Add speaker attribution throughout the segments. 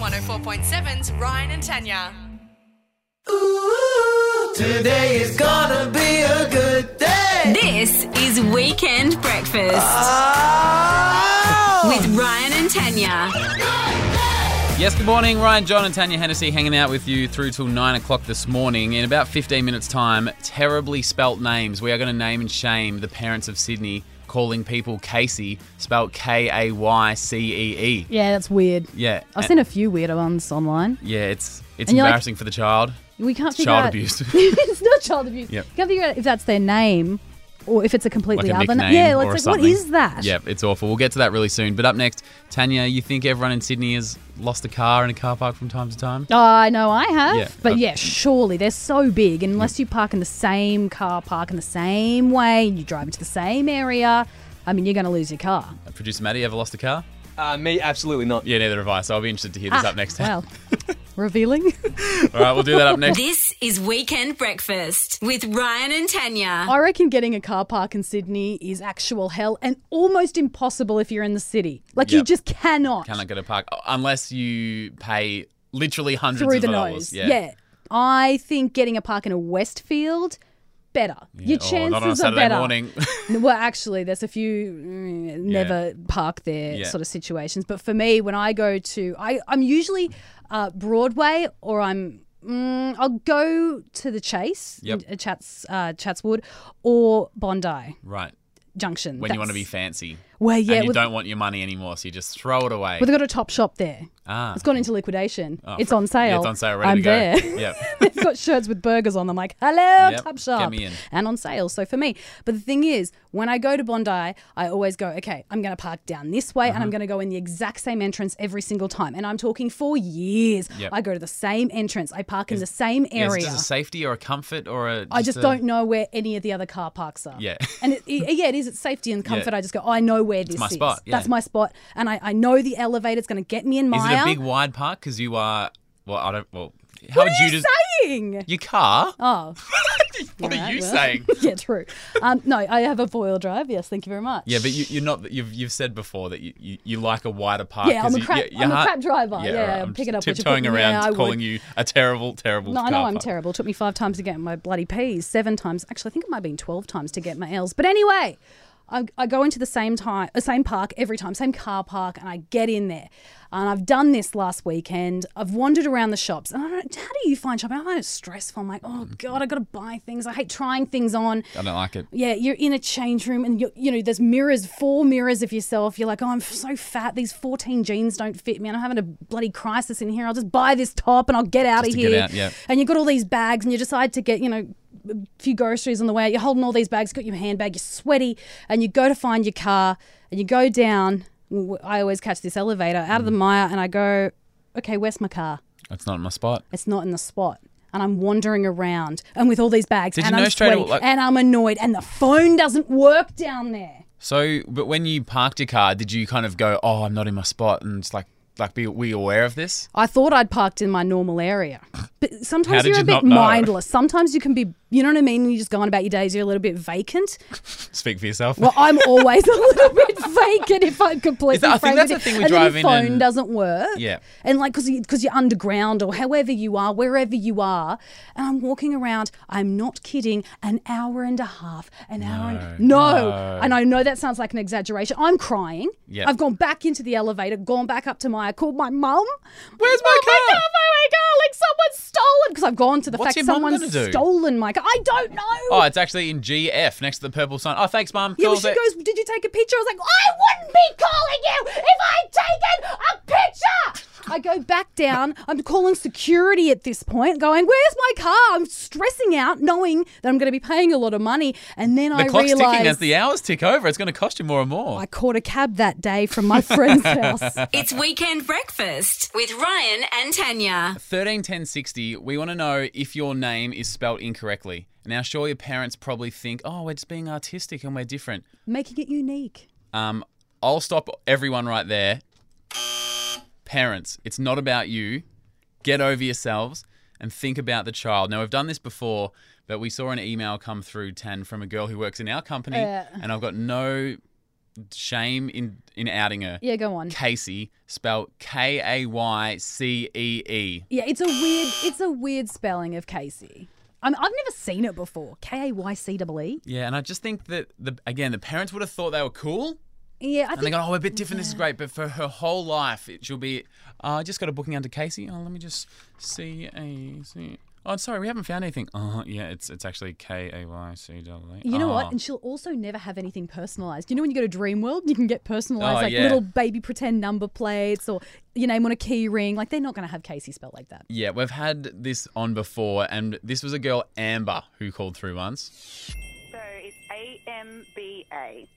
Speaker 1: 104.7's Ryan and Tanya.
Speaker 2: Today is gonna be a good day.
Speaker 3: This is Weekend Breakfast
Speaker 2: Oh!
Speaker 4: Ah.
Speaker 3: with Ryan and Tanya.
Speaker 4: Yes, good morning. Ryan, John, and Tanya Hennessy hanging out with you through till 9 o'clock this morning. In about 15 minutes' time, terribly spelt names. We are going to name and shame the parents of Sydney calling people Casey, spelt K A Y C E E.
Speaker 5: Yeah, that's weird.
Speaker 4: Yeah.
Speaker 5: I've
Speaker 4: and-
Speaker 5: seen a few weirder ones online.
Speaker 4: yeah, it's it's
Speaker 5: And you're like-
Speaker 4: embarrassing for the child.
Speaker 5: We can't figure
Speaker 4: Child
Speaker 5: out.
Speaker 4: abuse.
Speaker 5: it's not child abuse.
Speaker 4: Yep.
Speaker 5: You can't figure out if that's their name or if it's a
Speaker 4: Like
Speaker 5: completely
Speaker 4: a
Speaker 5: other
Speaker 4: nickname
Speaker 5: name. Yeah, like,
Speaker 4: or
Speaker 5: it's like
Speaker 4: something.
Speaker 5: what is that?
Speaker 4: Yep, it's awful. We'll get to that really soon. But up next, Tanya, you think everyone in Sydney has lost a car in a car park from time to time?
Speaker 5: Oh, I know I have.
Speaker 4: Yeah,
Speaker 5: but
Speaker 4: uh,
Speaker 5: yeah, surely they're so big. and Unless you park in the same car park in the same way and you drive into the same area, I mean, you're going to lose your car.
Speaker 4: Producer Maddie, ever lost a car?
Speaker 6: Uh, me, absolutely not.
Speaker 4: Yeah, neither have I, so I'll be interested to hear this
Speaker 5: Ah,
Speaker 4: up next time.
Speaker 5: Well, revealing.
Speaker 4: All right, we'll do that up next.
Speaker 3: This is Weekend Breakfast with Ryan and Tanya.
Speaker 5: I reckon getting a car park in Sydney is actual hell and almost impossible if you're in the city. Like, you
Speaker 4: Yep.
Speaker 5: just cannot.
Speaker 4: cannot get a park unless you pay literally hundreds
Speaker 5: through
Speaker 4: of
Speaker 5: the
Speaker 4: dollars.
Speaker 5: nose. Yeah. I think getting a park in a Westfield better. Your
Speaker 4: Oh,
Speaker 5: chances
Speaker 4: not on a
Speaker 5: are
Speaker 4: Saturday
Speaker 5: better.
Speaker 4: morning.
Speaker 5: Well, actually, there's a few mm, never park there
Speaker 4: Yeah.
Speaker 5: sort of situations. But for me, when I go to, I, I'm usually uh, Broadway or I'm. Mm, I'll go to the Chase,
Speaker 4: Yep.
Speaker 5: in- uh, Chats, uh, Chatswood, or Bondi
Speaker 4: right.
Speaker 5: Junction.
Speaker 4: When you want to be
Speaker 5: That's-
Speaker 4: fancy.
Speaker 5: Well, yeah,
Speaker 4: and you
Speaker 5: well,
Speaker 4: don't want your money anymore, so you just throw it away.
Speaker 5: well, they've got a top shop there.
Speaker 4: ah.
Speaker 5: It's gone into liquidation.
Speaker 4: Oh,
Speaker 5: it's
Speaker 4: fr-
Speaker 5: on sale.
Speaker 4: Yeah, it's on sale, ready
Speaker 5: I'm
Speaker 4: to go.
Speaker 5: there.
Speaker 4: Yep.
Speaker 5: They've got shirts with burgers on them, like, hello,
Speaker 4: Yep,
Speaker 5: Top Shop.
Speaker 4: get me in.
Speaker 5: And on sale. So for me. But the thing is, when I go to Bondi, I always go, okay, I'm going to park down this way
Speaker 4: Uh-huh.
Speaker 5: and I'm going to go in the exact same entrance every single time. And I'm talking for years.
Speaker 4: Yep.
Speaker 5: I go to the same entrance, I park in the same
Speaker 4: Yeah, is it
Speaker 5: area.
Speaker 4: just a safety or a comfort or a.
Speaker 5: I just
Speaker 4: a-
Speaker 5: don't know where any of the other car parks are.
Speaker 4: Yeah.
Speaker 5: And it, it- yeah, it is. It's safety and comfort. I just go, I know where this
Speaker 4: my
Speaker 5: is.
Speaker 4: spot, yeah.
Speaker 5: That's my spot. And I, I know the elevator's going to get me in
Speaker 4: Is
Speaker 5: Maya.
Speaker 4: it a big wide park? Because you are. Well, I don't. Well, how
Speaker 5: what
Speaker 4: would
Speaker 5: are
Speaker 4: you
Speaker 5: you
Speaker 4: just.
Speaker 5: saying?
Speaker 4: Your car?
Speaker 5: Oh,
Speaker 4: what are
Speaker 5: alright,
Speaker 4: you
Speaker 5: well.
Speaker 4: saying?
Speaker 5: yeah, true. Um, no, I have a four-wheel drive. Yes, thank you very much.
Speaker 4: Yeah, but you, you're not. You've you've said before that you, you, you like a wider park.
Speaker 5: Yeah,
Speaker 4: 'cause
Speaker 5: I'm a
Speaker 4: you-
Speaker 5: crap-
Speaker 4: your
Speaker 5: I'm a
Speaker 4: heart-
Speaker 5: crap driver. Yeah,
Speaker 4: alright,
Speaker 5: I'm picking up what you're
Speaker 4: tiptoeing
Speaker 5: putting-
Speaker 4: around,
Speaker 5: yeah, I
Speaker 4: calling
Speaker 5: would.
Speaker 4: you a terrible, terrible.
Speaker 5: No, I
Speaker 4: car
Speaker 5: know I'm
Speaker 4: park.
Speaker 5: terrible. It took me five times to get my bloody P's, seven times. Actually, I think it might have been 12 times to get my L's. But anyway, I, I go into the same time, uh, same park every time, same car park, and I get in there. And I've done this last weekend. I've wandered around the shops, and I don't. How do you find shopping? I find it stressful. I'm like, oh god, I got to buy things. I hate trying things on.
Speaker 4: I don't like it.
Speaker 5: Yeah, you're in a change room and you you know there's mirrors, four mirrors of yourself. You're like, oh, I'm f- so fat. These 14 jeans don't fit me, and I'm having a bloody crisis in here. I'll just buy this top and I'll get out
Speaker 4: Just
Speaker 5: of
Speaker 4: to get
Speaker 5: here.
Speaker 4: out, yeah.
Speaker 5: And you got all these bags, and you decide to get you know a few groceries on the way. out. You're holding all these bags, got your handbag, you're sweaty, and you go to find your car, and you go down. w- I always catch this elevator out
Speaker 4: Mm.
Speaker 5: of the mire, and I go, okay, where's my car?
Speaker 4: That's not my spot.
Speaker 5: It's not in the spot. And I'm wandering around and with all these bags
Speaker 4: Did you
Speaker 5: and
Speaker 4: know
Speaker 5: I'm
Speaker 4: straight
Speaker 5: sweaty
Speaker 4: away, like-
Speaker 5: and I'm annoyed and the phone doesn't work down there.
Speaker 4: So, but when you parked your car, did you kind of go, "Oh, I'm not in my spot," and it's like, like, be were you aware of this?
Speaker 5: I thought I'd parked in my normal area. But
Speaker 4: How
Speaker 5: sometimes
Speaker 4: did
Speaker 5: you're
Speaker 4: you
Speaker 5: a bit
Speaker 4: not know?
Speaker 5: mindless. Sometimes you can be, you know what I mean? You just go on about your days, you're a little bit vacant.
Speaker 4: Speak for yourself.
Speaker 5: Well, I'm always a little bit vacant if I'm completely
Speaker 4: Is that- I think
Speaker 5: frank
Speaker 4: that's
Speaker 5: with
Speaker 4: the
Speaker 5: you.
Speaker 4: thing we
Speaker 5: and
Speaker 4: drive
Speaker 5: then
Speaker 4: in
Speaker 5: your phone
Speaker 4: and-
Speaker 5: doesn't work.
Speaker 4: Yeah.
Speaker 5: And like, because you, 'cause you're underground or however you are, wherever you are. And I'm walking around, I'm not kidding, an hour and a half, an hour and no. And I know that sounds like an exaggeration. I'm crying.
Speaker 4: Yeah.
Speaker 5: I've gone back into the elevator, gone back up to Maya, called my mum.
Speaker 4: Where's my
Speaker 5: oh My
Speaker 4: car?
Speaker 5: God, oh my God, like someone's stolen. Because I've gone to the
Speaker 4: What's
Speaker 5: fact
Speaker 4: your mum
Speaker 5: someone's
Speaker 4: gonna do?
Speaker 5: stolen my car. I don't know.
Speaker 4: oh, it's actually in GF next to the purple sign. Oh, thanks, mum.
Speaker 5: Yeah,
Speaker 4: Cool,
Speaker 5: well, she
Speaker 4: so-
Speaker 5: goes, Did you take a picture? I was like, I wouldn't be calling you if I'd taken a picture. I go back down. I'm calling security at this point, going, Where's my car? I'm stressing out, knowing that I'm going to be paying a lot of money. And then
Speaker 4: the
Speaker 5: I
Speaker 4: clock's ticking as
Speaker 5: realize
Speaker 4: the hours tick over. It's going to cost you more and more.
Speaker 5: I caught a cab that day from my friend's house.
Speaker 3: It's Weekend Breakfast with Ryan and Tanya.
Speaker 4: Thirteen ten sixty. We want to know if your name is spelt incorrectly. Now, sure, your parents probably think, "Oh, we're just being artistic and we're different."
Speaker 5: Making it unique.
Speaker 4: Um, I'll stop everyone right there. Parents, it's not about you. Get over yourselves and think about the child. Now, we've done this before, but we saw an email come through, Tan, from a girl who works in our company, and I've got no shame in in outing her.
Speaker 5: Yeah, go on.
Speaker 4: Casey, spelled K A Y C E E.
Speaker 5: Yeah, it's a weird it's a weird spelling of Casey. I mean, I've never seen it before. K A Y C E E.
Speaker 4: Yeah, and I just think that the again the parents would have thought they were cool,
Speaker 5: Yeah, I
Speaker 4: and they
Speaker 5: think
Speaker 4: go, "Oh, we're a bit different. This is great." But for her whole life, it, she'll be. "Oh, I just got a booking under Casey. Oh, let me just see a see. Oh, sorry, we haven't found anything. Oh, yeah, it's it's actually K A Y C double E.
Speaker 5: you know
Speaker 4: Oh.
Speaker 5: what? And she'll also never have anything personalized. You know when you go to Dreamworld, you can get personalized
Speaker 4: Oh,
Speaker 5: like
Speaker 4: yeah.
Speaker 5: little baby pretend number plates or your name on a key ring. Like they're not going to have Casey spelled like that.
Speaker 4: Yeah, we've had this on before, and this was a girl Amber who called through once.
Speaker 7: So it's A M B A.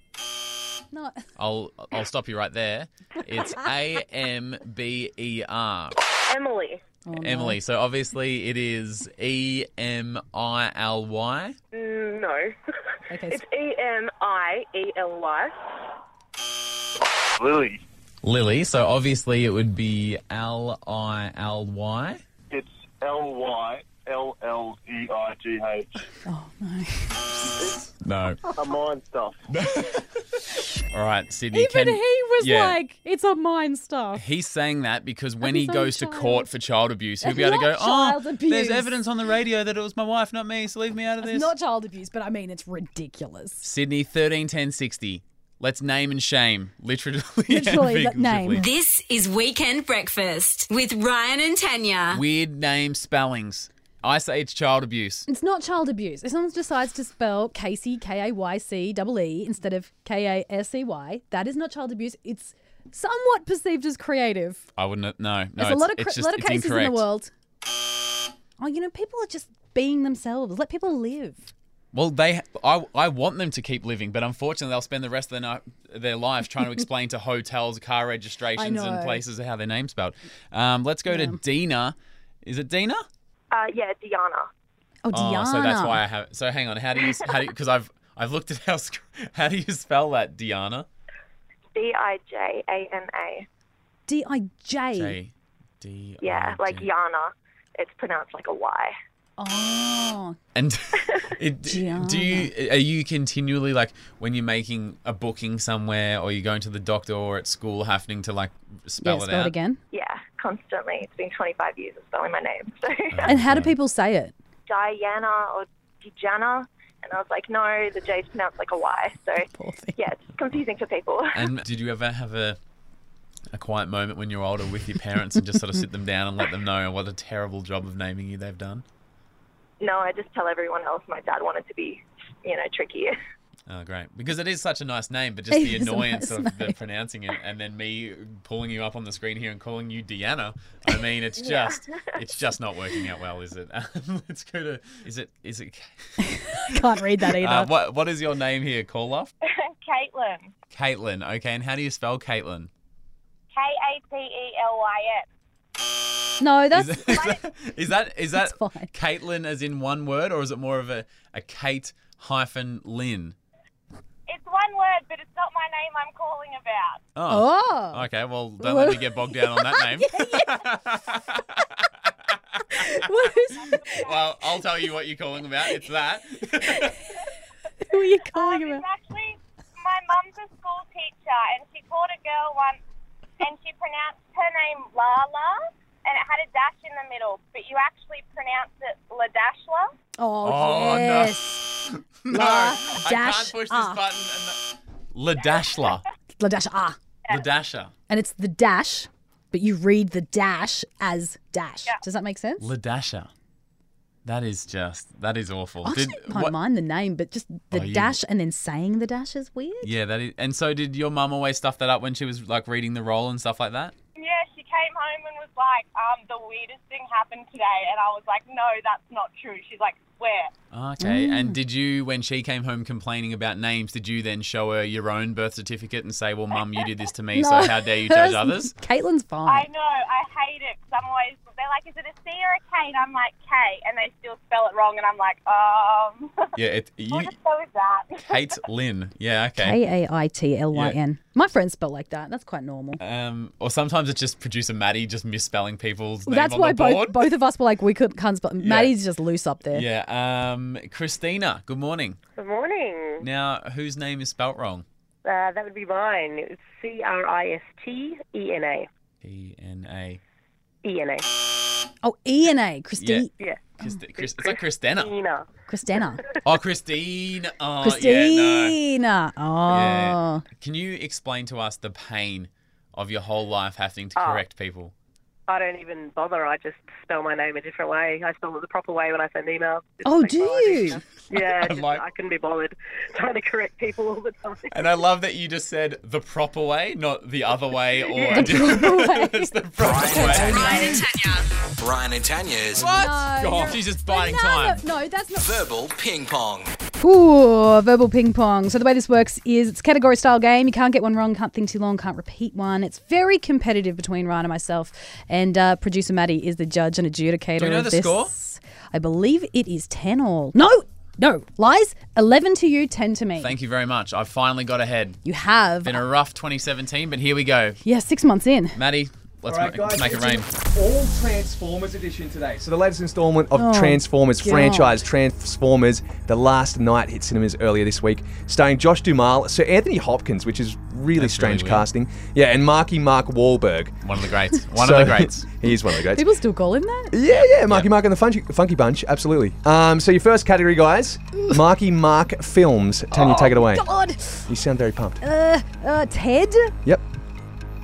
Speaker 5: No.
Speaker 4: I'll I'll stop you right there. It's A M B E R.
Speaker 8: Emily.
Speaker 5: Oh,
Speaker 4: Emily. So obviously it is E M I L Y.
Speaker 8: Mm, No.
Speaker 5: Okay,
Speaker 8: it's
Speaker 5: so-
Speaker 8: E M I E L Y.
Speaker 9: Lily.
Speaker 4: Lily. So obviously it would be L I L Y.
Speaker 9: It's L Y L L E I G H.
Speaker 5: Oh, no.
Speaker 4: No.
Speaker 9: A mind stuff.
Speaker 4: All right, Sydney.
Speaker 5: Even
Speaker 4: can-
Speaker 5: he was
Speaker 4: yeah.
Speaker 5: like, it's on mine stuff.
Speaker 4: He's saying that because when
Speaker 5: his
Speaker 4: he
Speaker 5: own
Speaker 4: goes to
Speaker 5: child.
Speaker 4: court for child abuse, he'll be able to
Speaker 5: Not
Speaker 4: go, "Oh,
Speaker 5: child
Speaker 4: there's
Speaker 5: abuse."
Speaker 4: evidence on the radio that it was my wife, not me. So leave me out of this."
Speaker 5: It's not child abuse, but I mean, it's ridiculous.
Speaker 4: Sydney, thirteen ten sixty. Let's name and shame, literally. and
Speaker 5: Literally, let- name.
Speaker 4: figuratively.
Speaker 3: This is Weekend Breakfast with Ryan and Tanya.
Speaker 4: Weird name spellings. I say it's child abuse.
Speaker 5: It's not child abuse. If someone decides to spell Casey, K A Y C double E instead of K A S E Y, that is not child abuse. It's somewhat perceived as creative.
Speaker 4: I wouldn't. No, no.
Speaker 5: There's
Speaker 4: it's,
Speaker 5: a lot of,
Speaker 4: it's
Speaker 5: cre-
Speaker 4: just-
Speaker 5: lot of
Speaker 4: it's
Speaker 5: cases in
Speaker 4: incorrect.
Speaker 5: the world. Oh, you know, people are just being themselves. Let people live.
Speaker 4: Well, they, I, I want them to keep living, but unfortunately, they'll spend the rest of their, night, their life trying to explain to hotels, car registrations, and
Speaker 5: know.
Speaker 4: places how their name's spelled. Um, let's go to Dina. Is it Dina?
Speaker 8: Uh, yeah, Diana.
Speaker 5: Oh, Diana.
Speaker 4: Oh, so that's why I have. So hang on, how do you? How do Because I've I've looked at how sc- how do you spell that, Diana?
Speaker 8: D I J A N A.
Speaker 5: D I J.
Speaker 4: J D.
Speaker 8: Yeah, like Yana. It's pronounced like a Y.
Speaker 5: Oh,
Speaker 4: And it, do you are you continually like when you're making a booking somewhere or you're going to the doctor or at school, happening to like spell
Speaker 5: yeah,
Speaker 4: it
Speaker 5: spell
Speaker 4: out
Speaker 5: it again.
Speaker 8: Yeah, constantly. It's been 25 years of spelling my name. So
Speaker 5: And how do people say it?
Speaker 8: Diana or Dijana. And I was like, no, the J's pronounced like a Y. So yeah, it's confusing for people.
Speaker 4: And did you ever have a a quiet moment when you're older with your parents and just sort of sit them down and let them know what a terrible job of naming you they've done?
Speaker 8: No, I just tell everyone else my dad wanted to be, you know, tricky.
Speaker 4: Oh, great. Because it is such a nice name, but just
Speaker 5: It
Speaker 4: the
Speaker 5: is a
Speaker 4: annoyance
Speaker 5: nice
Speaker 4: of the pronouncing it and then me pulling you up on the screen here and calling you Deanna. I mean, it's just it's just not working out well, is it? Um, let's go to is it is it
Speaker 5: Can't read that either.
Speaker 4: uh, what what is your name here, call off?
Speaker 10: Caitlin.
Speaker 4: Caitlin. Okay, and how do you spell Caitlin?
Speaker 10: K A T E L Y N.
Speaker 5: no,
Speaker 4: Is,
Speaker 5: that's
Speaker 4: it- is that is that is that
Speaker 5: It's fine.
Speaker 4: Caitlin as in one word or is it more of a, a Kate hyphen Lynn?
Speaker 10: It's one word, but it's not my name I'm calling about.
Speaker 4: Oh.
Speaker 5: oh.
Speaker 4: Okay, well don't let me get bogged down on that name.
Speaker 5: What is-
Speaker 4: Well, I'll tell you what you're calling about. It's that.
Speaker 5: Who are you
Speaker 10: Um,
Speaker 5: calling about?
Speaker 10: it's actually my mum's a school teacher, and she taught a girl once, and she pronounced her name Lala, and it had a dash in the middle, but you actually pronounce it La Dashla.
Speaker 5: Oh,
Speaker 4: Oh, no.
Speaker 5: yes.
Speaker 4: no, I can't
Speaker 5: dash
Speaker 4: push this
Speaker 5: R.
Speaker 4: button. And the... Ladashla.
Speaker 5: La dash ah.
Speaker 4: Ladasha.
Speaker 5: And it's the dash, but you read the dash as dash. Does that make sense?
Speaker 4: Ladasha. That is just, that is awful.
Speaker 5: I
Speaker 4: Did-
Speaker 5: actually don't
Speaker 4: what-
Speaker 5: mind the name, but just the
Speaker 4: Oh, you-
Speaker 5: dash and then saying the dash is weird.
Speaker 4: Yeah, that is. And so did your mum always stuff that up when she was like reading the roll and stuff like that?
Speaker 10: Yeah, she came home and was like, um, the weirdest thing happened today, and I was like, no, that's not true. She's like, where?
Speaker 4: Okay.
Speaker 5: Mm.
Speaker 4: And did you, when she came home complaining about names, did you then show her your own birth certificate and say, well, mum, you did this to me, so how dare you judge
Speaker 5: hers-
Speaker 4: others?
Speaker 5: Caitlin's
Speaker 10: I
Speaker 5: fine.
Speaker 10: know, I hate it 'cause I'm always, they're like, is it a C or a K? And I'm like, K, and they still spell it wrong, and I'm like, um,
Speaker 4: Yeah, it, you,
Speaker 10: we'll just go with that.
Speaker 4: Kate Lynn. Yeah, okay.
Speaker 5: A A I T L Y N. My friends spell like that. That's quite normal.
Speaker 4: Um, or sometimes it's just producer Maddie just misspelling people's names
Speaker 5: That's
Speaker 4: on
Speaker 5: why
Speaker 4: the board.
Speaker 5: both both of us were like, we couldn't can't spell. Maddie's just loose up there.
Speaker 4: Yeah. Um, Christina, good morning.
Speaker 8: Good morning.
Speaker 4: Now, whose name is spelt wrong?
Speaker 11: Uh, that would be mine. It's C R I S T E N A.
Speaker 4: E N A.
Speaker 11: E N A.
Speaker 5: Oh, E and A, Christi-
Speaker 11: Yeah.
Speaker 4: Christi- Mm. Chris- it's like Christina.
Speaker 11: Ina.
Speaker 5: Christina.
Speaker 4: Oh, Christine. Oh, yeah,
Speaker 5: Christina.
Speaker 4: no.
Speaker 5: Oh.
Speaker 4: Yeah. Can you explain to us the pain of your whole life having to correct people?
Speaker 11: I don't even bother. I just spell my name a different way. I spell it the proper way when I send emails. It's
Speaker 5: Oh,
Speaker 11: like
Speaker 5: do
Speaker 11: my idea.
Speaker 5: you?
Speaker 11: Yeah, just-
Speaker 4: like-
Speaker 11: I couldn't be bothered trying to correct people all the time.
Speaker 4: And I love that you just said the proper way, not the other way or
Speaker 5: way.
Speaker 4: it's the proper
Speaker 2: Right.
Speaker 4: way.
Speaker 3: Ryan and Tanya.
Speaker 2: Ryan and Tanya's
Speaker 4: What?
Speaker 5: No,
Speaker 4: God,
Speaker 5: you're-
Speaker 4: she's just buying
Speaker 5: no,
Speaker 4: time.
Speaker 5: No, no, that's not.
Speaker 2: verbal ping pong.
Speaker 5: Ooh, verbal ping pong. So the way this works is it's a category style game. You can't get one wrong, can't think too long, can't repeat one. It's very competitive between Ryan and myself. And uh, producer Maddie is the judge and adjudicator.
Speaker 4: Do we know
Speaker 5: of
Speaker 4: the
Speaker 5: this.
Speaker 4: score?
Speaker 5: I believe it is ten all. No, no lies. Eleven to you, ten to me.
Speaker 4: Thank you very much. I finally got ahead.
Speaker 5: you have
Speaker 4: Been a rough 2017, but here we go.
Speaker 5: yeah six months in.
Speaker 4: Maddie, let's
Speaker 10: All right,
Speaker 4: ma-
Speaker 10: guys,
Speaker 4: make it
Speaker 10: it's
Speaker 4: rain.
Speaker 10: an All Transformers edition today. So the latest installment of
Speaker 11: Oh.
Speaker 10: Transformers
Speaker 5: Oh, God.
Speaker 10: franchise, Transformers: The Last Night, hit cinemas earlier this week, starring Josh Duhamel, Sir Anthony Hopkins, which is really strange
Speaker 4: weird.
Speaker 10: casting. Yeah, and Marky Mark Wahlberg.
Speaker 4: One of the greats. One
Speaker 10: So-
Speaker 4: of the greats.
Speaker 10: he is one of the greats.
Speaker 5: People still call him that.
Speaker 10: yeah, yeah, Marky Mark and the Funky, funky Bunch, absolutely. Um, so your first category, guys, Marky Mark films.
Speaker 4: Oh.
Speaker 10: Tanya, take it away.
Speaker 5: God,
Speaker 10: You sound very pumped.
Speaker 5: uh, uh, Ted.
Speaker 10: Yep.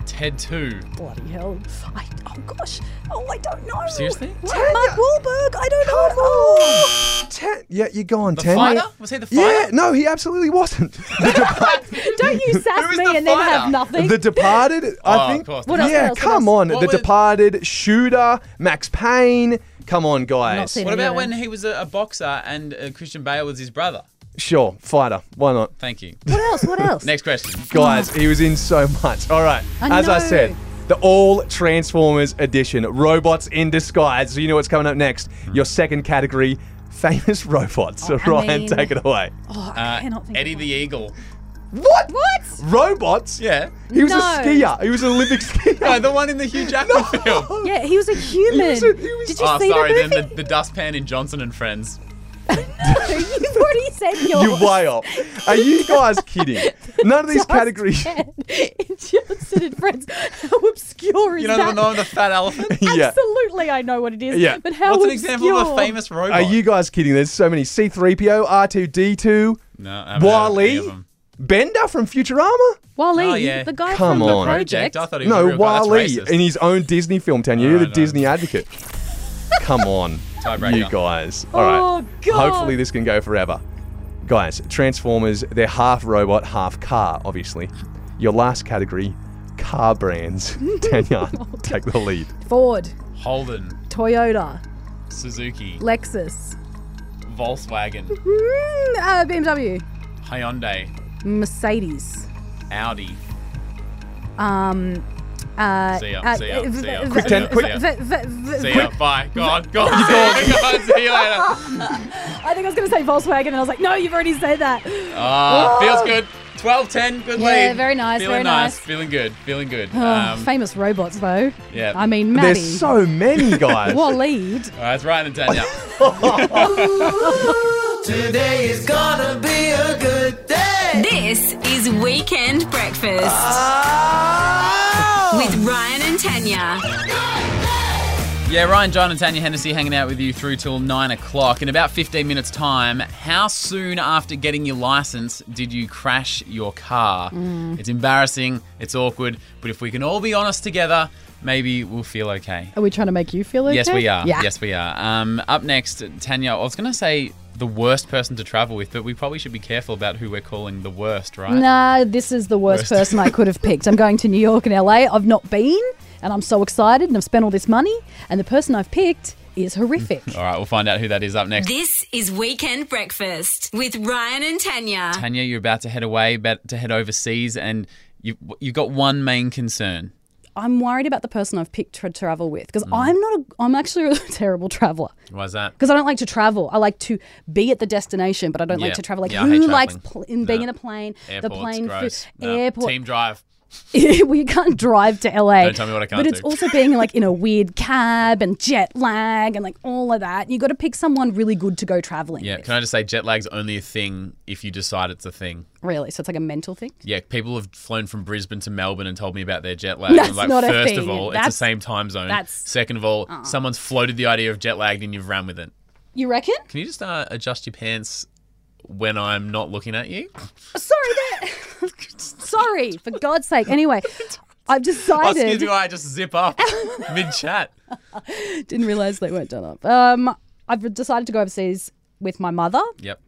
Speaker 4: Ted 2.
Speaker 5: Bloody hell! I, oh gosh! Oh, I don't know.
Speaker 4: Seriously?
Speaker 5: Ted Mark Wahlberg. I don't know. Oh.
Speaker 10: Ten, yeah, you're gone.
Speaker 4: The
Speaker 10: Tanya.
Speaker 4: fighter? Was he the fighter?
Speaker 10: Yeah, no, he absolutely wasn't. The Depart-
Speaker 5: Don't you sass
Speaker 4: was
Speaker 5: me
Speaker 4: the
Speaker 5: and then have
Speaker 4: fighter?
Speaker 5: nothing.
Speaker 10: The Departed,
Speaker 4: Oh,
Speaker 10: I
Speaker 4: of
Speaker 10: think.
Speaker 4: course.
Speaker 5: What else, what
Speaker 10: yeah,
Speaker 5: else, what
Speaker 10: come
Speaker 5: else?
Speaker 10: on.
Speaker 4: What
Speaker 10: the
Speaker 4: was-
Speaker 10: Departed, Shooter, Max Payne. Come on, guys.
Speaker 5: seen
Speaker 4: What
Speaker 5: any of
Speaker 4: about when
Speaker 5: them.
Speaker 4: he was a, a boxer and uh, Christian Bale was his brother?
Speaker 10: Sure, fighter. Why not?
Speaker 4: Thank you.
Speaker 5: What else? What else?
Speaker 4: Next question.
Speaker 10: Guys, he was in so much. All right.
Speaker 5: I
Speaker 10: as I
Speaker 5: know.
Speaker 10: said, the all Transformers edition, robots in disguise. So you know what's coming up next.
Speaker 4: Hmm.
Speaker 10: Your second category, famous robots. So
Speaker 5: Oh, I
Speaker 10: Ryan,
Speaker 5: mean-
Speaker 10: take it away.
Speaker 5: Oh, I
Speaker 4: Uh,
Speaker 5: cannot think.
Speaker 4: Eddie
Speaker 5: of
Speaker 4: the
Speaker 5: one.
Speaker 4: Eagle.
Speaker 10: What?
Speaker 5: What?
Speaker 10: Robots?
Speaker 4: Yeah.
Speaker 10: He was a
Speaker 5: No.
Speaker 10: skier. He was an Olympic skier.
Speaker 4: No, the one in the Hugh Jackman film.
Speaker 5: Yeah, he was a human.
Speaker 10: He was a- he was-
Speaker 5: Did you
Speaker 4: Oh,
Speaker 5: see
Speaker 4: sorry,
Speaker 5: the
Speaker 4: then
Speaker 5: movie?
Speaker 4: the, the dustpan in Johnson and Friends.
Speaker 5: You've already said yours.
Speaker 10: You're way off. Are you guys kidding? None of these categories.
Speaker 5: Johnson and Friends. How obscure is
Speaker 4: You know the
Speaker 5: that?
Speaker 4: one with the fat elephant?
Speaker 10: Yeah.
Speaker 5: Absolutely, I know what it is.
Speaker 10: Yeah.
Speaker 5: But how
Speaker 4: What's an
Speaker 5: obscure?
Speaker 4: example of a famous robot?
Speaker 10: Are you guys kidding? There's so many. C3PO, R2D2,
Speaker 4: No, I haven't heard of any of
Speaker 10: Wally,
Speaker 4: them.
Speaker 10: Bender from Futurama.
Speaker 5: Wally,
Speaker 4: Oh, yeah.
Speaker 5: the guy
Speaker 10: Come
Speaker 5: from
Speaker 10: on.
Speaker 5: the
Speaker 4: Project.
Speaker 5: project.
Speaker 4: I thought he was a
Speaker 10: No,
Speaker 4: real guy. That's
Speaker 10: Wally
Speaker 4: racist.
Speaker 10: in his own Disney film, Tanya.
Speaker 4: Oh,
Speaker 10: You're the
Speaker 4: no.
Speaker 10: Disney advocate. Come on,
Speaker 4: Tiebreaker.
Speaker 10: you guys. All right.
Speaker 5: Oh, God.
Speaker 10: Hopefully, this can go forever. Guys, Transformers, they're half robot, half car, obviously. Your last category, car brands. Tanya, take the lead.
Speaker 5: Ford,
Speaker 4: Holden,
Speaker 5: Toyota,
Speaker 4: Suzuki,
Speaker 5: Lexus,
Speaker 4: Volkswagen,
Speaker 5: mm, uh, BMW,
Speaker 4: Hyundai,
Speaker 5: Mercedes.
Speaker 4: Audi.
Speaker 5: Um, uh,
Speaker 4: See ya,
Speaker 5: uh,
Speaker 4: see ya,
Speaker 5: v-
Speaker 4: see ya,
Speaker 5: v-
Speaker 4: quick
Speaker 5: v-
Speaker 10: ten,
Speaker 5: v-
Speaker 10: quick.
Speaker 5: v- v- v-
Speaker 4: See
Speaker 5: quick.
Speaker 4: ya. Bye. God. God. God. See you later.
Speaker 5: I think I was going to say Volkswagen, and I was like, no, you've already said that.
Speaker 4: Ah, feels good. 12 10. Good
Speaker 5: Yeah,
Speaker 4: lead.
Speaker 5: very nice,
Speaker 4: Feeling
Speaker 5: very
Speaker 4: nice.
Speaker 5: nice.
Speaker 4: Feeling good. Feeling good.
Speaker 5: Oh,
Speaker 4: Um,
Speaker 5: famous robots, though.
Speaker 4: yeah.
Speaker 5: I mean, Maddie.
Speaker 10: There's so many, guys.
Speaker 5: What lead?
Speaker 4: All right, it's Ryan and Tanya.
Speaker 2: Today is gonna be a good day.
Speaker 3: This is Weekend Breakfast
Speaker 2: Oh!
Speaker 3: with Ryan and Tanya.
Speaker 4: yeah, Ryan, John, and Tanya Hennessy hanging out with you through till 9 o'clock. In about 15 minutes' time, how soon after getting your license did you crash your car?
Speaker 5: Mm.
Speaker 4: It's embarrassing, it's awkward, but if we can all be honest together, maybe we'll feel okay.
Speaker 5: Are we trying to make you feel okay?
Speaker 4: Yes, we are.
Speaker 5: Yeah.
Speaker 4: Yes, we are. Um, up next, Tanya, I was going to say the worst person to travel with, but we probably should be careful about who we're calling the worst, right?
Speaker 5: Nah, this is the worst
Speaker 4: Worst.
Speaker 5: person I could have picked. I'm going to New York and LA. I've not been, and I'm so excited, and I've spent all this money, and the person I've picked is horrific.
Speaker 4: All right, we'll find out who that is up next.
Speaker 3: This is Weekend Breakfast with Ryan and Tanya.
Speaker 4: Tanya, you're about to head away, about to head overseas, and you, you've got one main concern.
Speaker 5: I'm worried about the person I've picked to travel with
Speaker 4: Mm.
Speaker 5: because I'm not. A, I'm actually a terrible traveler.
Speaker 4: Why's that?
Speaker 5: because I don't like to travel. I like to be at the destination, but I don't
Speaker 4: Yeah.
Speaker 5: like to travel. Like
Speaker 4: Yeah, I hate
Speaker 5: who likes pl-
Speaker 4: traveling.
Speaker 5: in being
Speaker 4: No.
Speaker 5: in a plane?
Speaker 4: Airports,
Speaker 5: the plane, food,
Speaker 4: gross. No.
Speaker 5: airport.
Speaker 4: Team drive.
Speaker 5: well, you can't drive to LA.
Speaker 4: Don't tell me what I can't
Speaker 5: But it's
Speaker 4: do.
Speaker 5: also being like in a weird cab and jet lag and like all of that. You got to pick someone really good to go traveling.
Speaker 4: Yeah, can I just say jet lag's only a thing if you decide it's a thing.
Speaker 5: Really? So it's like a mental thing.
Speaker 4: Yeah, people have flown from Brisbane to Melbourne and told me about their jet lag.
Speaker 5: That's
Speaker 4: I'm like,
Speaker 5: not a
Speaker 4: first of
Speaker 5: thing.
Speaker 4: all, it's
Speaker 5: That's-
Speaker 4: the same time zone.
Speaker 5: that's-
Speaker 4: Second of all,
Speaker 5: Uh-uh.
Speaker 4: someone's floated the idea of jet lagged and you've ran with it.
Speaker 5: You reckon?
Speaker 4: Can you just uh, adjust your pants when I'm not looking at you?
Speaker 5: Sorry, there. Sorry, for God's sake. Anyway, I've
Speaker 4: Oh, excuse
Speaker 5: decided.
Speaker 4: me, I just zip up mid chat.
Speaker 5: Didn't realize they weren't done up. Um, I've decided to go overseas with my mother,
Speaker 4: Yep.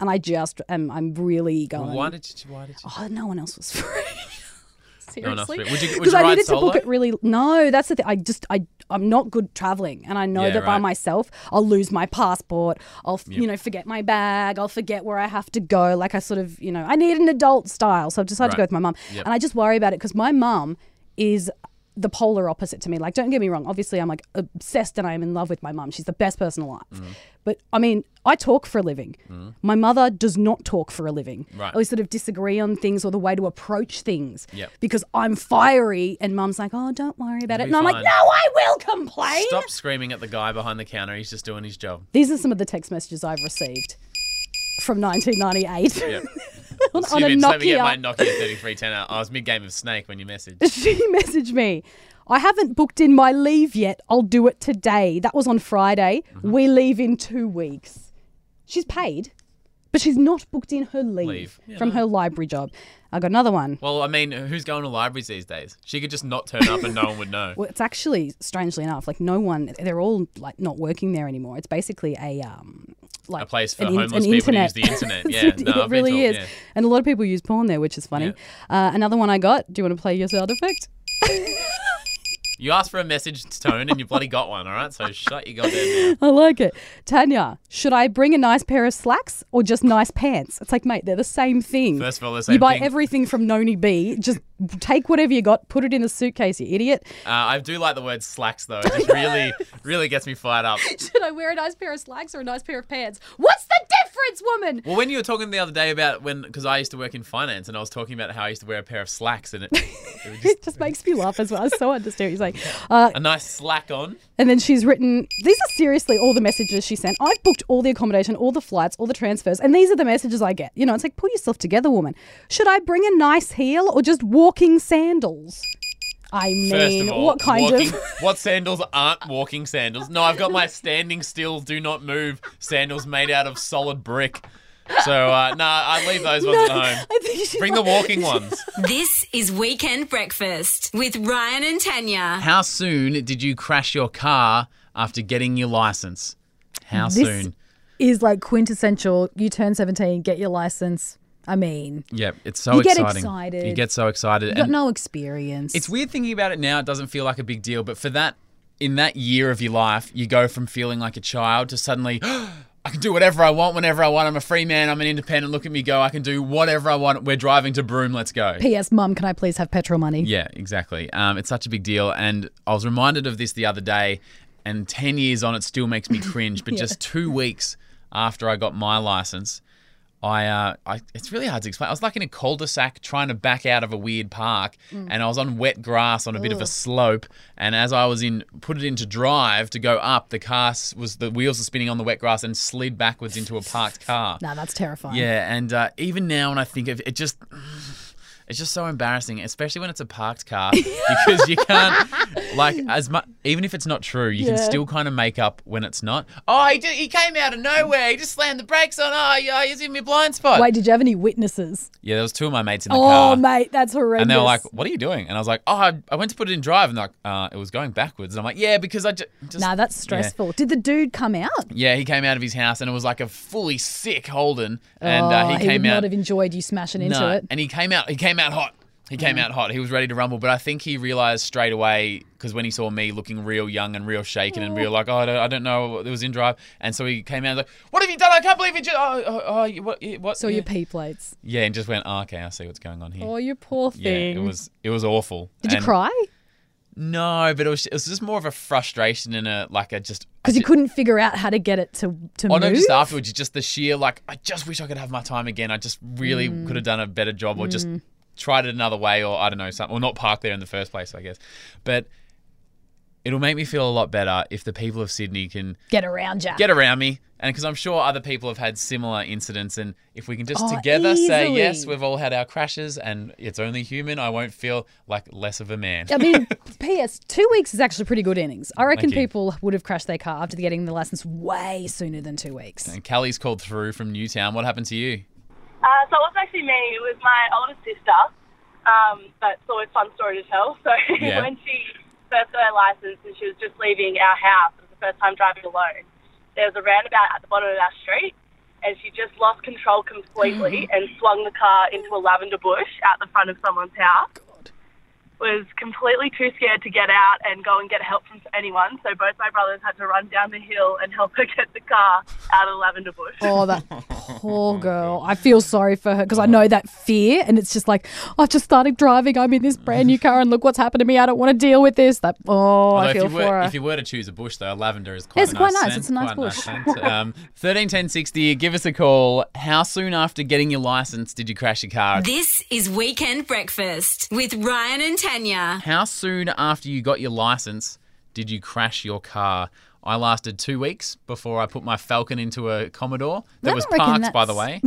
Speaker 5: and I just am. I'm really going.
Speaker 4: Why did you? Why did you?
Speaker 5: Oh, no one else was free.
Speaker 4: No one else
Speaker 5: Seriously,
Speaker 4: would- would you- would
Speaker 5: because
Speaker 4: you
Speaker 5: I
Speaker 4: ride
Speaker 5: needed to book
Speaker 4: solo?
Speaker 5: it really. No, that's the thing. I just I I'm not good traveling, and I know
Speaker 4: Yeah,
Speaker 5: that by
Speaker 4: right.
Speaker 5: myself I'll lose my passport. I'll f
Speaker 4: Yep.
Speaker 5: you know forget my bag. I'll forget where I have to go. Like I sort of you know I need an adult style, so I've decided to go
Speaker 12: Right.
Speaker 5: with my mum,
Speaker 12: Yep.
Speaker 5: and I just worry about it because my mum is the polar opposite to me. Like don't get me wrong, obviously I'm like obsessed and I am in love with my mum. She's the best person alive.
Speaker 4: Mm.
Speaker 5: But I mean, I talk for a living. My mother does not talk for a living.
Speaker 12: Right.
Speaker 5: We sort of disagree on things or the way to approach things.
Speaker 12: Yep.
Speaker 5: Because I'm fiery and mum's like, oh, don't worry about it.
Speaker 4: It'll
Speaker 5: And
Speaker 4: be
Speaker 5: I'm like,
Speaker 4: fine.
Speaker 5: no, I will complain.
Speaker 4: Stop screaming at the guy behind the counter. He's just doing his job.
Speaker 5: These are some of the text messages I've received from 1998
Speaker 4: Yeah.
Speaker 5: on,
Speaker 4: Excuse
Speaker 5: on a
Speaker 4: me, just let me get my
Speaker 5: Nokia.
Speaker 4: Nokia 3310 out. I was mid game of Snake when you messaged.
Speaker 5: She messaged me. I haven't booked in my leave yet. I'll do it today. That was on Friday.
Speaker 4: Mm-hmm.
Speaker 5: We leave in two weeks. She's paid, but she's not booked in her leave,
Speaker 4: Leave. Yeah,
Speaker 5: from
Speaker 4: no.
Speaker 5: her library job. I got another one.
Speaker 4: Well, I mean, who's going to libraries these days? She could just not turn up and no one would know.
Speaker 5: Well, it's actually strangely enough, like no one, they're all like not working there anymore. It's basically a um, like
Speaker 4: a place for
Speaker 5: an in-
Speaker 4: homeless
Speaker 5: an
Speaker 4: people
Speaker 5: internet.
Speaker 4: to use the internet. Yeah,
Speaker 5: it
Speaker 4: no, I've been
Speaker 5: really
Speaker 4: told,
Speaker 5: is,
Speaker 4: yeah.
Speaker 5: and a lot of people use porn there, which is funny. Uh, another one I got. Do you want to play your sound effect?
Speaker 4: You asked for a message tone and you bloody got one, all right? So shut your goddamn mouth.
Speaker 5: I like it. Tanya, should I bring a nice pair of slacks or just nice pants? It's like, mate, they're the same thing.
Speaker 4: First of all, the
Speaker 5: you
Speaker 4: same
Speaker 5: buy
Speaker 4: thing.
Speaker 5: everything from Noni B. Just take whatever you got, put it in the suitcase, you idiot.
Speaker 4: Uh, I do like the word slacks though. It just really, really gets me fired up.
Speaker 5: Should I wear a nice pair of slacks or a nice pair of pants? What's the difference, woman?
Speaker 4: Well, when you were talking the other day about when, because I used to work in finance and I was talking about how I used to wear a pair of slacks and it, it was just
Speaker 5: It just makes me laugh as well. I so understand what you're saying. Uh,
Speaker 4: a nice slack on.
Speaker 5: and then she's written, these are seriously all the messages she sent. I've booked all the accommodation, all the flights, all the transfers, and these are the messages I get. You know, it's like, pull yourself together, woman. Should I bring a nice heel or just walking sandals? I mean,
Speaker 4: First of all,
Speaker 5: what kind
Speaker 4: walking,
Speaker 5: of.
Speaker 4: what sandals aren't walking sandals? No, I've got my standing still, do not move sandals made out of solid brick. So uh, nah, I leave those ones at home. Bring the walking ones.
Speaker 3: This is Weekend Breakfast with Ryan and Tanya.
Speaker 4: How soon did you crash your car after getting your license? How
Speaker 5: This-
Speaker 4: soon?
Speaker 5: Is like quintessential. You turn 17, get your license. I mean,
Speaker 4: Yeah, it's so
Speaker 5: You get
Speaker 4: exciting.
Speaker 5: excited.
Speaker 4: You get so excited.
Speaker 5: you've got
Speaker 4: and
Speaker 5: no experience.
Speaker 4: It's weird thinking about it now. It doesn't feel like a big deal, but for that, in that year of your life, you go from feeling like a child to suddenly. I can do whatever I want whenever I want. I'm a free man. I'm an independent. Look at me go. I can do whatever I want. We're driving to Broome. Let's go.
Speaker 5: P.S. Mum, can I please have petrol money?
Speaker 4: Yeah, exactly. Um, it's such a big deal. And I was reminded of this the other day, and 10 years on, it still makes me cringe. But
Speaker 5: Yeah.
Speaker 4: just two weeks after I got my license, I, uh, I, it's really hard to explain. I was like in a cul-de-sac trying to back out of a weird park,
Speaker 13: Mm.
Speaker 4: and I was on wet grass on a bit of a
Speaker 13: Ugh.
Speaker 4: slope. And as I was in, put it into drive to go up, the car s- was the wheels were spinning on the wet grass and slid backwards into a parked car.
Speaker 5: No, that's terrifying.
Speaker 4: Yeah, and uh, even now when I think of it, just it's just so embarrassing, especially when it's a parked car because you can't like as much. Even if it's not true, you can
Speaker 13: Yeah.
Speaker 4: still kind of make up when it's not.
Speaker 13: Oh, he, just, he came out of nowhere. He just slammed the brakes on. Oh, yeah, he's in my blind spot.
Speaker 5: Wait, did you have any witnesses?
Speaker 4: Yeah, there was two of my mates in the
Speaker 5: Oh,
Speaker 4: car.
Speaker 5: mate, that's horrendous.
Speaker 4: And they were like, "What are you doing?" And I was like, "Oh, I, I went to put it in drive." And they're like, uh, "It was going backwards." And I'm like, "Yeah, because I ju- just
Speaker 5: nah, that's
Speaker 4: yeah.
Speaker 5: stressful. Did the dude come out?
Speaker 4: Yeah, he came out of his house and it was like a fully sick Holden, and uh,
Speaker 5: Oh,
Speaker 4: he came
Speaker 5: would
Speaker 4: out.
Speaker 5: not have enjoyed you smashing
Speaker 4: No,
Speaker 5: into it.
Speaker 4: And he came out. He came out hot. He came out hot. He was ready to rumble, but I think he realized straight away because when he saw me looking real young and real shaken and real like, oh, I don't, I don't know, it was in drive, and so he came out and was like, what have you done? I can't believe you just, oh, oh, oh you- what, you- what?
Speaker 5: Saw
Speaker 4: yeah.
Speaker 5: your pee plates.
Speaker 4: yeah, and just went, oh, okay, I see what's going on here.
Speaker 5: Oh, you poor
Speaker 4: yeah,
Speaker 5: thing.
Speaker 4: it was it was awful.
Speaker 5: Did you
Speaker 4: And-
Speaker 5: cry?
Speaker 4: No, but it was it was just more of a frustration and a like a just
Speaker 5: Because you couldn't figure out how to get it to to
Speaker 4: Oh
Speaker 5: move.
Speaker 4: no! Just
Speaker 5: Mm.
Speaker 4: afterwards, you just the sheer like, I just wish I could have my time again. I just really could have done a better job, or just tried it another way, or I don't know something, or not park there in the first place, I guess. But it'll make me feel a lot better if the people of Sydney can
Speaker 5: Get around ya.
Speaker 4: get around me, and because I'm sure other people have had similar incidents, and if we can just
Speaker 5: Oh,
Speaker 4: together say
Speaker 5: easily.
Speaker 4: yes, we've all had our crashes, and it's only human, I won't feel like less of a man.
Speaker 5: I mean, P.S. Two weeks is actually pretty good innings. I reckon
Speaker 4: Thank you.
Speaker 5: people would have crashed their car after getting the license way sooner than two weeks.
Speaker 4: and Callie's called through from Newtown. What happened to you?
Speaker 12: Uh, so it wasn't actually me, it was my older sister. Um, but it's always a fun story to tell. So
Speaker 4: Yeah.
Speaker 12: when she first got her license and she was just leaving our house, it was the first time driving alone, there was a roundabout at the bottom of our street and she just lost control completely and swung the car into a lavender bush out the front of someone's house. Was completely too scared to get out and go and get help from anyone, so both my brothers had to run down the hill and help her get the car out of the lavender bush.
Speaker 5: Oh, that
Speaker 4: Oh
Speaker 5: poor girl. I feel sorry for her because I know that fear, and it's just like I've just started driving. I'm in this brand new car, and look what's happened to me. I don't want to deal with this. That oh,
Speaker 4: Although
Speaker 5: I feel
Speaker 4: if you
Speaker 5: for
Speaker 4: were,
Speaker 5: her.
Speaker 4: If you were to choose a bush, though, lavender is quite
Speaker 5: It's
Speaker 4: a
Speaker 5: quite
Speaker 4: nice.
Speaker 5: nice.
Speaker 4: Scent,
Speaker 5: It's a nice
Speaker 4: quite
Speaker 5: bush.
Speaker 4: scent. um, Thirteen ten sixty. Give us a call. How soon after getting your license did you crash your car?
Speaker 3: This is Weekend Breakfast with Ryan and Tanya.
Speaker 4: How soon after you got your license did you crash your car? I lasted two weeks before I put my Falcon into a Commodore that
Speaker 5: I
Speaker 4: was
Speaker 5: don't reckon
Speaker 4: parked, by the way.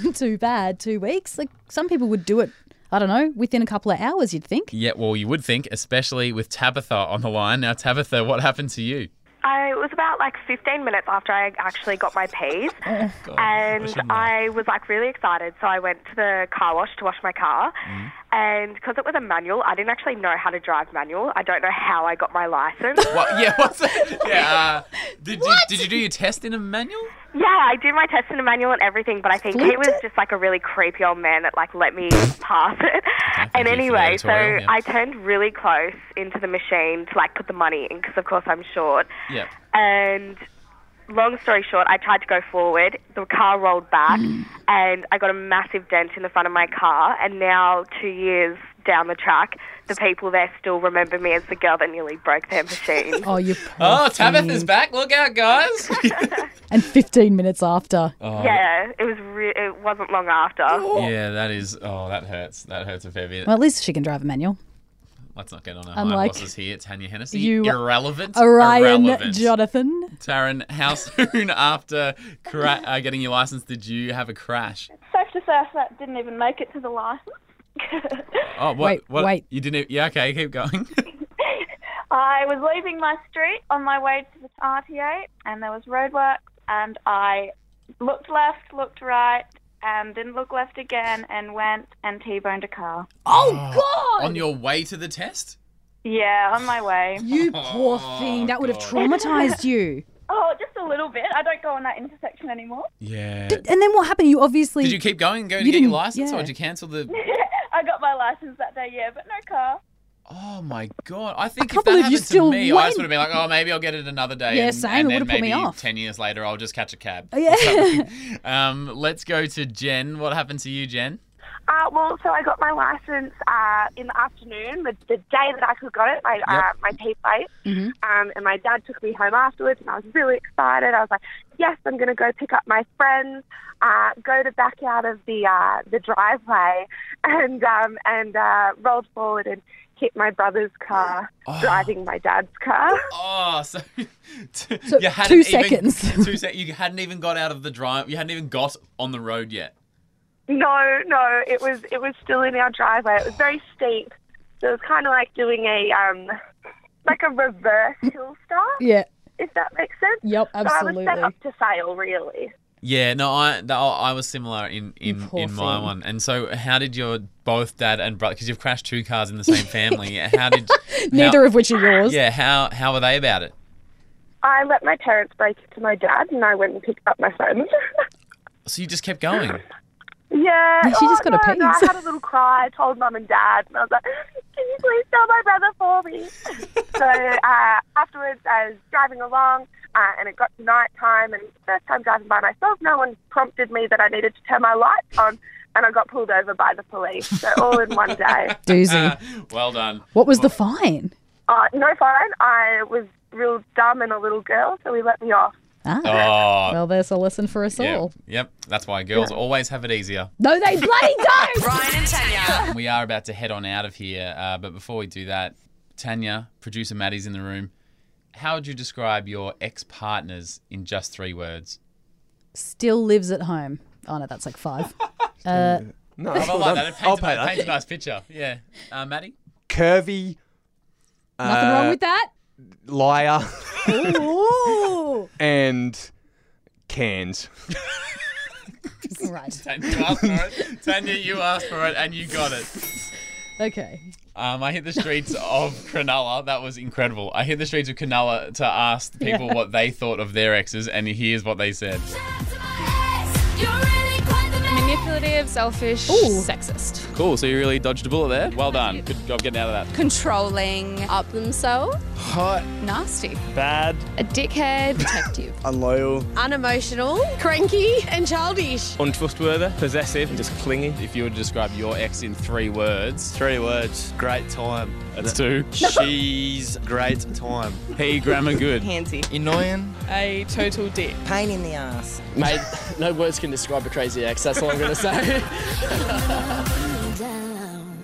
Speaker 5: that's too bad. Two weeks. Like some people would do it. I don't know. Within a couple of hours, you'd think.
Speaker 4: Yeah, well, you would think, especially with Tabitha on the line. Now, Tabitha, what happened to you?
Speaker 14: I, it was about like 15 minutes after I actually got my P's.
Speaker 8: Um,
Speaker 4: I
Speaker 14: and
Speaker 4: shouldn't
Speaker 14: I was like really excited. So I went to the car wash to wash my car. And because it was a manual, I didn't actually know how to drive manual. I don't know how I got my license.
Speaker 4: What? Yeah, what's that? Yeah. Uh, did, did, did you do your test in a manual?
Speaker 14: Yeah, I did my test in a manual and everything, but I think he
Speaker 4: Flunked
Speaker 14: was just like a really creepy old man that like let me pass it. and
Speaker 8: you for the
Speaker 14: anyway, so
Speaker 8: editorial, yeah.
Speaker 14: I turned really close into the machine to like put the money in because of course I'm short.
Speaker 8: Yep.
Speaker 14: And long story short, I tried to go forward. The car rolled back, and I got a massive dent in the front of my car. And now, two years down the track, the people there still remember me as the girl that nearly broke their machine.
Speaker 5: Oh, you.
Speaker 4: Oh, Tabitha's back. Look out, guys.
Speaker 5: And 15 minutes after.
Speaker 4: Oh,
Speaker 14: Yeah, it was. Re- it wasn't long after.
Speaker 4: Yeah, that is. Oh, that hurts. That hurts a fair bit.
Speaker 5: Well, at least she can drive a manual.
Speaker 4: Let's not get on our high
Speaker 5: Unlike
Speaker 4: horses here. Tanya Hennessy,
Speaker 5: you,
Speaker 4: irrelevant.
Speaker 5: Orion
Speaker 4: irrelevant.
Speaker 5: Jonathan.
Speaker 4: Taryn, how soon after cra- uh, getting your license did you have a crash?
Speaker 15: Safe to say, I sa- didn't even make it to the license.
Speaker 4: Oh, what?
Speaker 15: Wait,
Speaker 4: what,
Speaker 15: wait.
Speaker 4: You didn't. e, Yeah, okay, keep going.
Speaker 15: I was leaving my street on my way to the RTA, and there was roadworks, and I looked left, looked right, and didn't look left again, and went and T-boned a car.
Speaker 4: Oh, God! On your way to the test?
Speaker 15: Yeah, on my way.
Speaker 5: Oh, You
Speaker 4: Oh,
Speaker 5: poor thing. That would have traumatized you.
Speaker 15: Oh, just a little bit. I don't go on that intersection anymore.
Speaker 4: Yeah.
Speaker 5: Did, and then what happened? You obviously.
Speaker 4: Did you keep going and go to
Speaker 5: You
Speaker 4: get your
Speaker 5: didn't-
Speaker 4: license,
Speaker 5: yeah.
Speaker 4: or did you cancel the?
Speaker 15: I got my license that day, yeah, but no car.
Speaker 4: Oh my god! I think if
Speaker 5: can't
Speaker 4: that
Speaker 5: believe you
Speaker 4: happened
Speaker 5: still
Speaker 4: to me, I
Speaker 5: went.
Speaker 4: just would have been like, "Oh, maybe I'll get it another day."
Speaker 5: Yeah,
Speaker 4: and,
Speaker 5: same,
Speaker 4: And
Speaker 5: it
Speaker 4: then
Speaker 5: would've put me
Speaker 4: maybe
Speaker 5: off. Oh,
Speaker 4: ten years later, I'll just catch a cab. or
Speaker 5: Yeah.
Speaker 4: something. um, let's go to Jen. What happened to you, Jen?
Speaker 8: Uh, well, so I got my license uh, in the afternoon, the, the day that I could got it, my uh,
Speaker 4: Yep.
Speaker 8: my P plate.
Speaker 4: Mhm.
Speaker 8: Um, and my dad took me home afterwards, and I was really excited. I was like, "Yes, I'm going to go pick up my friends, uh, go to back out of the uh, the driveway, and um, and uh, rolled forward and hit my brother's car, driving my dad's car."
Speaker 4: Oh, so,
Speaker 8: So,
Speaker 4: you hadn't
Speaker 8: two
Speaker 4: even-
Speaker 8: seconds.
Speaker 4: two sec- You hadn't even got out of the drive. You hadn't even got on the road yet.
Speaker 8: No, no, it was it was still in our driveway. It was very steep. So it was kind of like doing a um, like a reverse hill start.
Speaker 5: Yeah.
Speaker 8: If that makes sense.
Speaker 5: Yep,
Speaker 8: So I was set
Speaker 5: absolutely.
Speaker 8: up to fail, really.
Speaker 4: Yeah, no, I th- I was similar in in,
Speaker 8: poor
Speaker 4: in my
Speaker 8: thing.
Speaker 4: one. And so, how did your both dad and brother? Because you've crashed two cars in the same family. How did
Speaker 5: Neither
Speaker 4: how-
Speaker 5: of which are yours.
Speaker 4: Yeah, how how were they about it?
Speaker 8: I let my parents break it to my dad, and I went and picked up my phone.
Speaker 4: So you just kept going.
Speaker 8: yeah.
Speaker 5: She just
Speaker 8: oh,
Speaker 5: got a
Speaker 8: no, no, I
Speaker 5: piece.
Speaker 8: had a little cry. I told mum and dad, and I was like, "Can you please tell my brother for me?" so uh, afterwards, I was driving along, uh, and it got to night time, and it was the first time driving by myself. No one prompted me that I needed to turn my lights on, and I got pulled over by the police. So all in one day.
Speaker 4: Uh,
Speaker 5: Doozy.
Speaker 4: well done.
Speaker 5: What was the fine?
Speaker 8: Uh, no fine. I was real dumb and a little girl, so he let me off.
Speaker 5: Ah.
Speaker 4: Oh.
Speaker 5: Well, there's a lesson for us
Speaker 4: Yeah.
Speaker 5: all.
Speaker 4: Yep, that's why girls always have it easier.
Speaker 5: No, they bloody don't.
Speaker 3: Ryan and Tanya.
Speaker 4: we are about to head on out of here, uh, but before we do that, Tanya, producer Maddie's in the room. How would you describe your ex partners in just three words?
Speaker 5: Still lives at home. Oh no, that's like five. uh,
Speaker 10: no,
Speaker 4: I like that. It paints,
Speaker 10: I'll
Speaker 4: a,
Speaker 10: pay
Speaker 4: it
Speaker 10: that.
Speaker 4: paints a nice picture. Yeah. Uh, Maddie?
Speaker 10: Curvy.
Speaker 5: nothing wrong
Speaker 4: Uh,
Speaker 5: with that.
Speaker 10: Liar
Speaker 5: Ooh.
Speaker 10: and cans.
Speaker 5: right.
Speaker 4: Tanya, you asked for it. Tanya, you asked for it and you got it.
Speaker 5: Okay.
Speaker 4: Um, I hit the streets of Cronulla. That was incredible. I hit the streets of Cronulla to ask people
Speaker 5: Yeah.
Speaker 4: what they thought of their exes, and here's what they said.
Speaker 16: Manipulative, selfish, sexist.
Speaker 4: Cool. So you really dodged a bullet there. Well done. Good job getting out of that.
Speaker 16: Controlling, up themselves,
Speaker 17: Hot.
Speaker 16: nasty,
Speaker 17: Bad.
Speaker 16: a dickhead, protective,
Speaker 17: Unloyal.
Speaker 16: unemotional, cranky, and childish.
Speaker 4: Untrustworthy, possessive, and just clingy. If you would describe your ex in three words, three words. Great time. That's two.
Speaker 17: She's great time.
Speaker 4: He grammar good.
Speaker 18: Handsy.
Speaker 17: Annoying.
Speaker 18: A total dick. Pain in the ass.
Speaker 17: Mate, no words can describe a crazy ex. That's all I'm gonna say.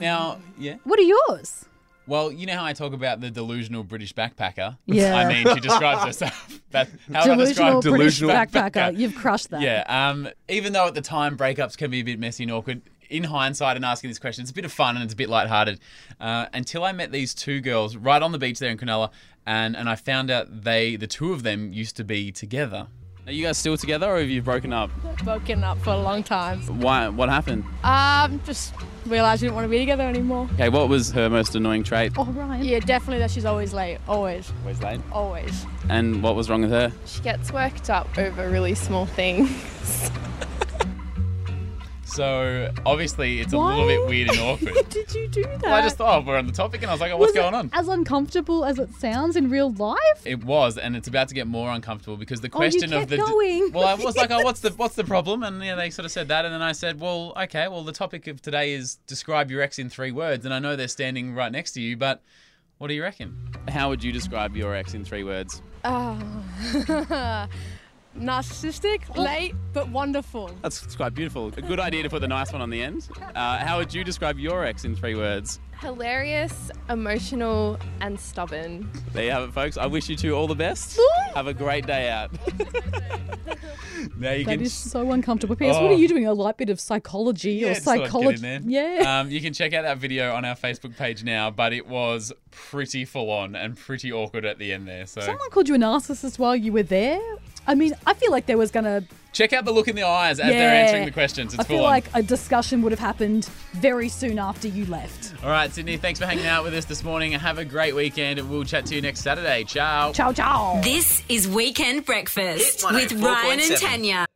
Speaker 4: Now, yeah.
Speaker 5: What are yours?
Speaker 4: Well, you know how I talk about the delusional British backpacker.
Speaker 5: Yeah.
Speaker 4: I mean, she describes herself. That, how have I
Speaker 5: delusional
Speaker 4: described
Speaker 5: British backpacker. You've crushed that.
Speaker 4: Yeah. Um, even though at the time breakups can be a bit messy and awkward, in hindsight and asking this question, it's a bit of fun and it's a bit lighthearted. Uh, until I met these two girls right on the beach there in Cronulla, and, and I found out they, the two of them, used to be together. Are you guys still together or have you broken up?
Speaker 19: Broken up for a long time.
Speaker 4: Why? What happened?
Speaker 19: Um, just realised we didn't want to be together anymore.
Speaker 4: Okay, what was her most annoying trait?
Speaker 19: Oh, Ryan. Yeah, definitely that she's always late. Always.
Speaker 4: Always late.
Speaker 19: Always.
Speaker 4: And what was wrong with her?
Speaker 19: She gets worked up over really small things.
Speaker 4: So obviously it's a little bit weird and awkward.
Speaker 5: Did you do that?
Speaker 4: well, I just thought oh, we're on the topic, and I was like, oh, what's
Speaker 5: Was it
Speaker 4: going on?
Speaker 5: As uncomfortable as it sounds in real life.
Speaker 4: It was, and it's about to get more uncomfortable because the
Speaker 5: Oh, you
Speaker 4: question of
Speaker 5: kept
Speaker 4: the
Speaker 5: going.
Speaker 4: well, I was like, oh, what's the what's the problem? And yeah, they sort of said that, and then I said, well, okay, well, the topic of today is describe your ex in three words, and I know they're standing right next to you, but what do you reckon? How would you describe your ex in three words?
Speaker 19: Oh. Narcissistic, late, but wonderful.
Speaker 4: That's quite beautiful. A good idea to put the nice one on the end. Uh, how would you describe your ex in three words?
Speaker 20: Hilarious, emotional, and stubborn.
Speaker 4: There you have it, folks. I wish you two all the best. Have a great day out. now you
Speaker 5: That
Speaker 4: can
Speaker 5: is so uncomfortable. P.S. What
Speaker 4: Oh.
Speaker 5: are you doing? A light bit of psychology or
Speaker 4: just thought I'd get
Speaker 5: psychology?
Speaker 4: in there.
Speaker 5: Yeah.
Speaker 4: Um, you can check out that video on our Facebook page now, but it was pretty full on and pretty awkward at the end there. So
Speaker 5: Someone called you a narcissist while you were there. I mean, I feel like there was gonna.
Speaker 4: check out the look in the eyes as they're
Speaker 5: Yeah.
Speaker 4: answering the questions. It's
Speaker 5: I feel
Speaker 4: full
Speaker 5: like a discussion would have happened very soon after you left.
Speaker 4: on. All right, Sydney, thanks for hanging out with us this morning. Have a great weekend, and we'll chat to you next Saturday. Ciao.
Speaker 5: ciao.
Speaker 3: This is Weekend Breakfast
Speaker 4: Hit
Speaker 3: with Ryan and
Speaker 4: 104.7.
Speaker 3: Tanya.